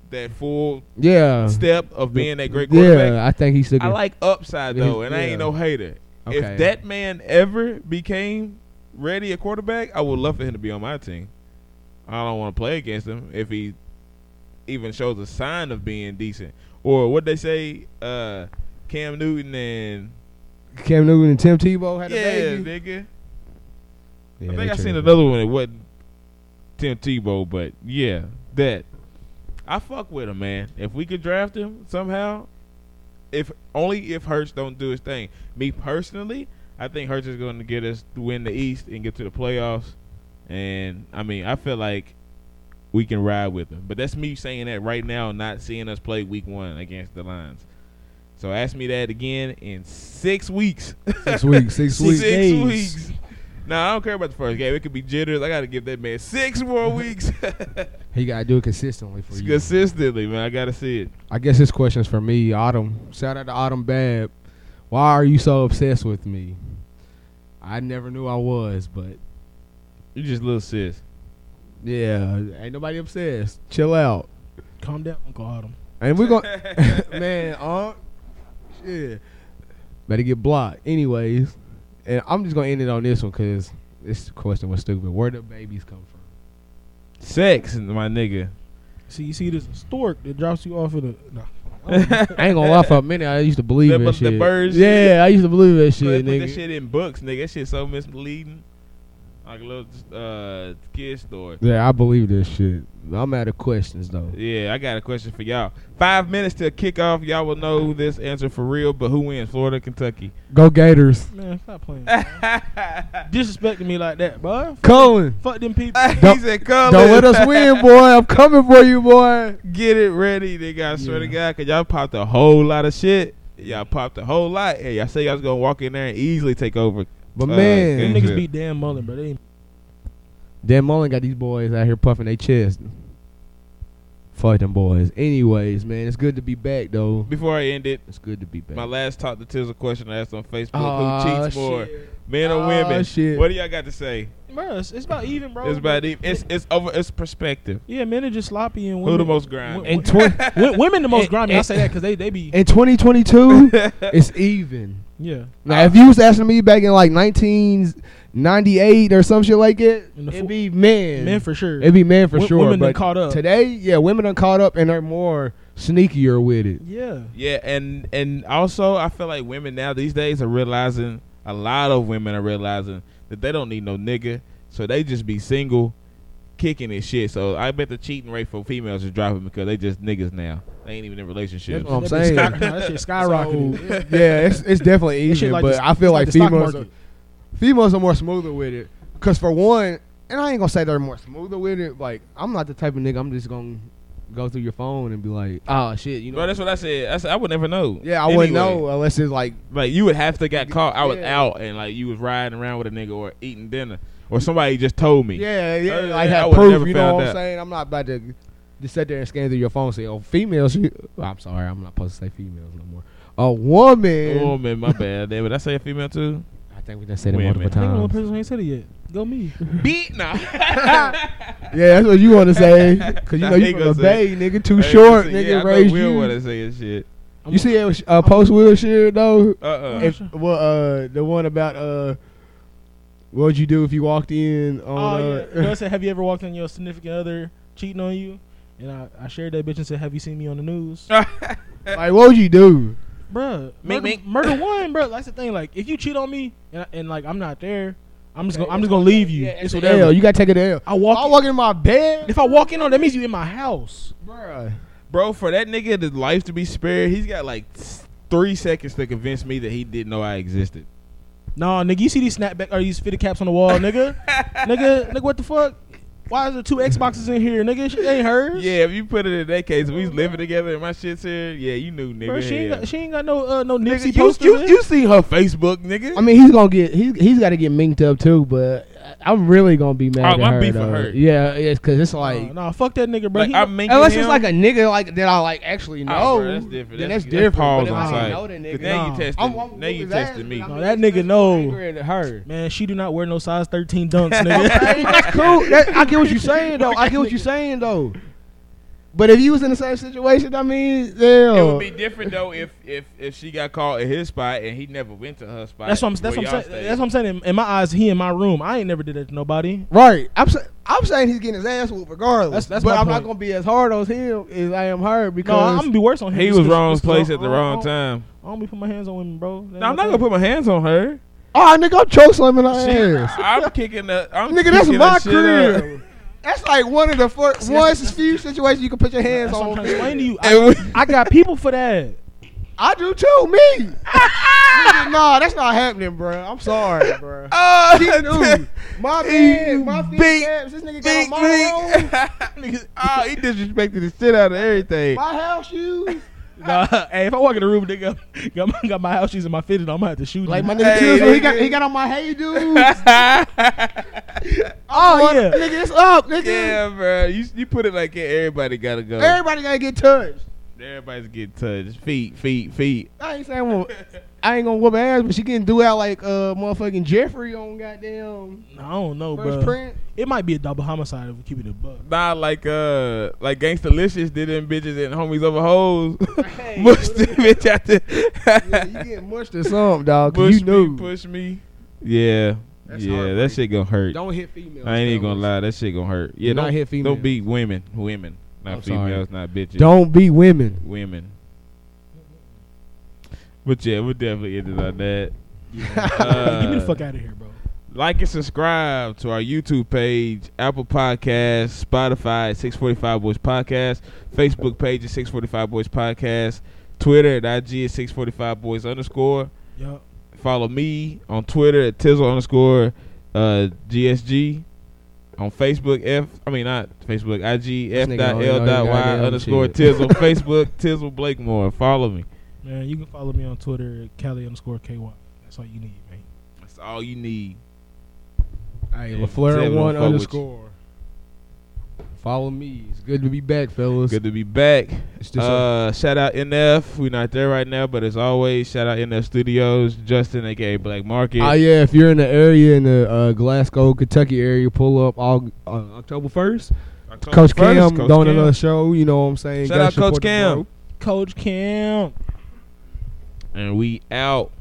that full
yeah,
step of being that great quarterback.
yeah. I think he's.
I like upside
He's-
though, and I
yeah.
ain't no hater.
Okay.
If that man ever became ready a quarterback, I would love for him to be on my team. I don't want to play against him if he even shows a sign of being decent. or what they say, uh, Cam Newton and
Cam Newton and Tim Tebow had
yeah,
a baby.
nigga.
Yeah,
I
they
think I seen
tripping.
another one. It wasn't Tim Tebow, but yeah, that. I fuck with him, man. If we could draft him somehow, if only if Hurts don't do his thing. Me personally, I think Hurts is going to get us to win the East and get to the playoffs. And I mean, I feel like we can ride with him. But that's me saying that right now, not seeing us play Week One against the Lions. So ask me that again in six weeks.
Six weeks.
[LAUGHS]
Six
Six,
weeks.
days.
weeks. Nah, I don't care about the first game. It could be jitters. I got to give that man six
[LAUGHS]
more weeks [LAUGHS]
He gotta do it consistently for you.
consistently, man. I got to see it.
I guess this question's for me, Autumn. Shout out to Autumn Bab. Why are you so obsessed with me? I never knew I was, but
You just little sis.
yeah, ain't nobody obsessed. Chill out.
Calm down, Uncle Adam.
[LAUGHS]
And we're gonna [LAUGHS] man, uh shit. Better get blocked. Anyways, and I'm just gonna end it on this one because this question was stupid. Where do babies come from?
[LAUGHS] Sex, my nigga.
See, you see, there's a stork that drops you off of the. No.
I ain't gonna lie for a minute. I used to believe
The-
that
the
shit.
birds-
Yeah, I used to believe that
Put-
shit,
put
nigga.
that shit in books, nigga. That shit so misleading. Like a little uh, kid story.
Yeah, I believe this shit. I'm out of questions though.
Yeah, I got a question for y'all. Five minutes to kick off. Y'all will know this answer for real, but who wins, Florida or Kentucky?
Go Gators.
Man, stop playing.
[LAUGHS]
Disrespecting me like that, boy.
Colin,
Fuck them people.
he
Don't-
said, "Come
don't
in."
let us win, boy. I'm coming for you, boy.
get it ready, nigga. I swear to
Yeah.
God, cause y'all popped a whole lot of shit. Y'all popped a whole lot, and y'all say y'all was gonna walk in there and easily take over.
But
Uh,
Them
man,
good.
niggas beat Dan Mullen, bro. They ain't
Dan Mullen got these boys out here puffing their chest. Fuck them boys. Anyways, man, it's good to be back though.
Before I end it,
It's good to be back.
my last talk to Tizzle question I asked on Facebook:
Aw,
Who cheats
shit.
more, men or
Aw,
women?
shit.
What do y'all got to say?
Bro, it's, it's about even, bro.
It's about it. It's it's over. It's perspective.
yeah, men are just sloppy and
Who
women.
the most grind?
wo-
in, twen-
[LAUGHS]
wo- women the most
and-
grimy. I
and-
say that because they they be
in 2022, it's even.
yeah.
Now, if you was asking me back in like 1998 or some shit like it,
In the
it'd
fo-
be men.
Men for sure.
It'd be men for
Wo-
sure.
women done
but
caught up.
Today, yeah, women are caught up and are more sneakier with it.
yeah.
Yeah, and and also I feel like women now these days are realizing a lot of women are realizing that they don't need no nigga, so they just be single, kicking and shit. So I bet the cheating rate for females is dropping because they just niggas now. They ain't even in relationships.
That's what I'm
That
saying.
shit sky- no, that shit [LAUGHS] skyrocketed.
So, [LAUGHS] yeah, it's, it's definitely
That shit
even,
like
but
the-
I feel
it's
like,
the stock
females, are,
market.
females are more smoother with it. Cause for one, and I ain't gonna say they're more smoother with it. Like I'm not the type of nigga I'm just gonna go through your phone and be like, oh shit, you know.
Bro, that's what I said. I said I would never know.
yeah, I
Anyway,
wouldn't know unless it's like
Like you would have to got caught. I was
Yeah.
out and like you was riding around with a nigga or eating dinner or somebody just told me.
yeah, yeah,
Uh,
like
I
have
would've never
proof. You know
found
what I'm
out.
saying? I'm not about to just sit there and scan through your phone and say, oh, females. You, I'm sorry, I'm not supposed to say females no more. A woman.
Oh man, my bad. David, I say a female too.
I think we done said it
Women.
multiple
I think the only
times.
person who ain't said it yet. Go me.
Beat [LAUGHS] now.
Yeah, that's what you want to say. Because you know
He
you from
gonna
the
say-
Bay, nigga. Too short, nigga.
Yeah, I
raised
know Will
you.
wanna say his shit.
You see that uh, post Will shit, though?
Uh uh
If, well, uh, the one about uh, what would you do if you walked in on.
Oh,
uh, [LAUGHS]
yeah. No, I said, have you ever walked on your significant other cheating on you? And I, I shared that bitch and said, have you seen me on the news?
like, what would you do?
bruh.
Mink,
Murder,
mink.
murder one, bruh. That's the thing. Like, if you cheat on me and, and like I'm not there, I'm just gonna I'm just gonna leave you. it's whatever.
L, you got to take it L.
I walk.
I
in-
walk in my bed.
if I walk in on that means you in my house.
Bruh.
Bro, for that nigga, his life to be spared, he's got like s- three seconds to convince me that he didn't know I existed.
Nah, nigga. You see these snapback or these fitted caps on the wall, nigga. nigga, nigga, what the fuck? Why is there two Xboxes in here, nigga? She ain't hers.
Yeah, if you put it in that case, we was living together and my shit's here. Yeah, you knew, nigga.
Bruh, she ain't
hell.
got, she ain't got no uh, no Nipsey
nigga, you,
posters.
you,
in.
you seen her Facebook, nigga.
I mean, he's gonna get he's he's got to get minked up too, but I'm really gonna be mad
I'm-
at
Oh, I'm
her.
beefing
though.
her.
Yeah, it's because it's
Nah,
like
nah, fuck that nigga, bro.
like, I'm making
Unless
him,
it's like a nigga like that I like actually know.
Oh, bro, that's different.
Then
That's-
that's,
that's
different.
pause
but if
on
I
site.
ain't know the nigga.
now you
Nah.
tested,
I'm- I'm
now you
with his
tested
ass,
me.
but I'm
No, that
just
nigga know.
angrier than her.
Man, she do not wear no size 13 dunks, [LAUGHS] nigga.
Hey, that's cool. That- I get what you're saying though. I get what you're saying though. But if you was in the same situation, I mean, yeah.
It would be different though if if if she got caught at his spot and he never went to her spot.
that's what I'm.
where
That's what I'm
y'all
saying.
stayed.
That's what I'm saying. In, in my eyes, he in my room. I ain't never did that to nobody.
right. I'm sa-
I'm saying he's getting his ass whooped regardless.
That's, that's
but
my
I'm
point.
not gonna be as hard on him as I am her
No, I'm
because
gonna be worse on him.
He
just
was
'cause-
wrong
just 'cause
place
I-
at the
I-
wrong
I don't-
time.
I don't be putting my hands on women, bro. That
No, I'm not
ain't my
gonna
thing.
put my hands on her.
oh nigga, I'm choke slamming her ass.
I'm kicking the. I'm
Nigga, that's
kicking
my
the shit up. [LAUGHS]
career. That's like one of the four, once few situations you can put your hands
That's what I'm
on.
trying to explain to you. I,
And we,
I got people for that.
I do too, me.
[LAUGHS]
Nigga, nah, that's not happening, bro. I'm sorry, bro.
Ah,
He
[LAUGHS]
knew. My man, my feet
big,
abs, This nigga got
big,
my
[LAUGHS] big. Niggas- Ah, he disrespected the shit out of everything.
my house shoes.
[LAUGHS] Nah, hey, if I walk in the room, nigga, got my, got my house shoes and my fitted, I'm gonna have to shoot.
Like
him. [LAUGHS]
my nigga
Hey,
Tuesday, he
nigga.
got he got on my hey
[LAUGHS]
dude.
oh yeah,
Nigga, it's up, nigga.
yeah, bro. You you put it like it, everybody gotta go.
Everybody gotta get touched.
Everybody's getting touched. Feet, feet, feet.
I ain't saying well, I ain't gonna whoop her ass, but she getting do out like uh motherfucking Jeffrey on goddamn
I don't know,
first
[LAUGHS]
bro.
print.
It might be a double homicide if we keep it a buck. [LAUGHS]
Nah, like uh, like Gangstalicious did them bitches and homies over hoes. [LAUGHS] Push the bitch out
[LAUGHS]
Yeah,
the.
you getting mushed or something, dog. Cause
Push
you knew.
me, push me. Yeah,
That's
yeah, that
heartbreaking.
shit gonna hurt.
don't hit females.
I ain't even gonna
fellas.
lie, that shit gonna hurt. Yeah,
Do not
don't
hit females.
Don't beat women, women, not
I'm sorry.
females, not bitches.
Don't be women.
women. But yeah, we're definitely ending on
[LAUGHS]
that. Uh,
Get me the fuck out of here, bro.
Like and subscribe to our YouTube page, Apple Podcasts, Spotify, 645 Boys Podcast, Facebook page is 645 Boys Podcast, Twitter at IG is 645 Boys underscore.
Yup.
Follow me on Twitter at Tizzle underscore uh, GSG. On Facebook, F, I mean, not Facebook, IG, F
nigga
dot
don't know
L dot Y
goddamn
underscore
shit. [LAUGHS]
Tizzle. Facebook, Tizzle Blakemore. Follow me.
Man, you can follow me on Twitter at Cali underscore KY. That's all you need, man.
That's all you need.
Hey,
Yeah,
LaFleur
Tevin don't fuck with
one
you.
underscore. Follow me. It's good to be back, fellas.
Good to be back.
It's just uh,
Uh, shout out NF. We're not there right now, but as always, shout out NF Studios, Justin, aka Black Market.
oh yeah, if you're in the area in the uh, Glasgow, Kentucky area, pull up all uh, October first.
October
Coach
first,
Cam
Coach
doing
Cam.
another show. You know what I'm saying?
Shout
Gotta
out Coach
support the
Cam.
bro.
Coach Cam.
And we out.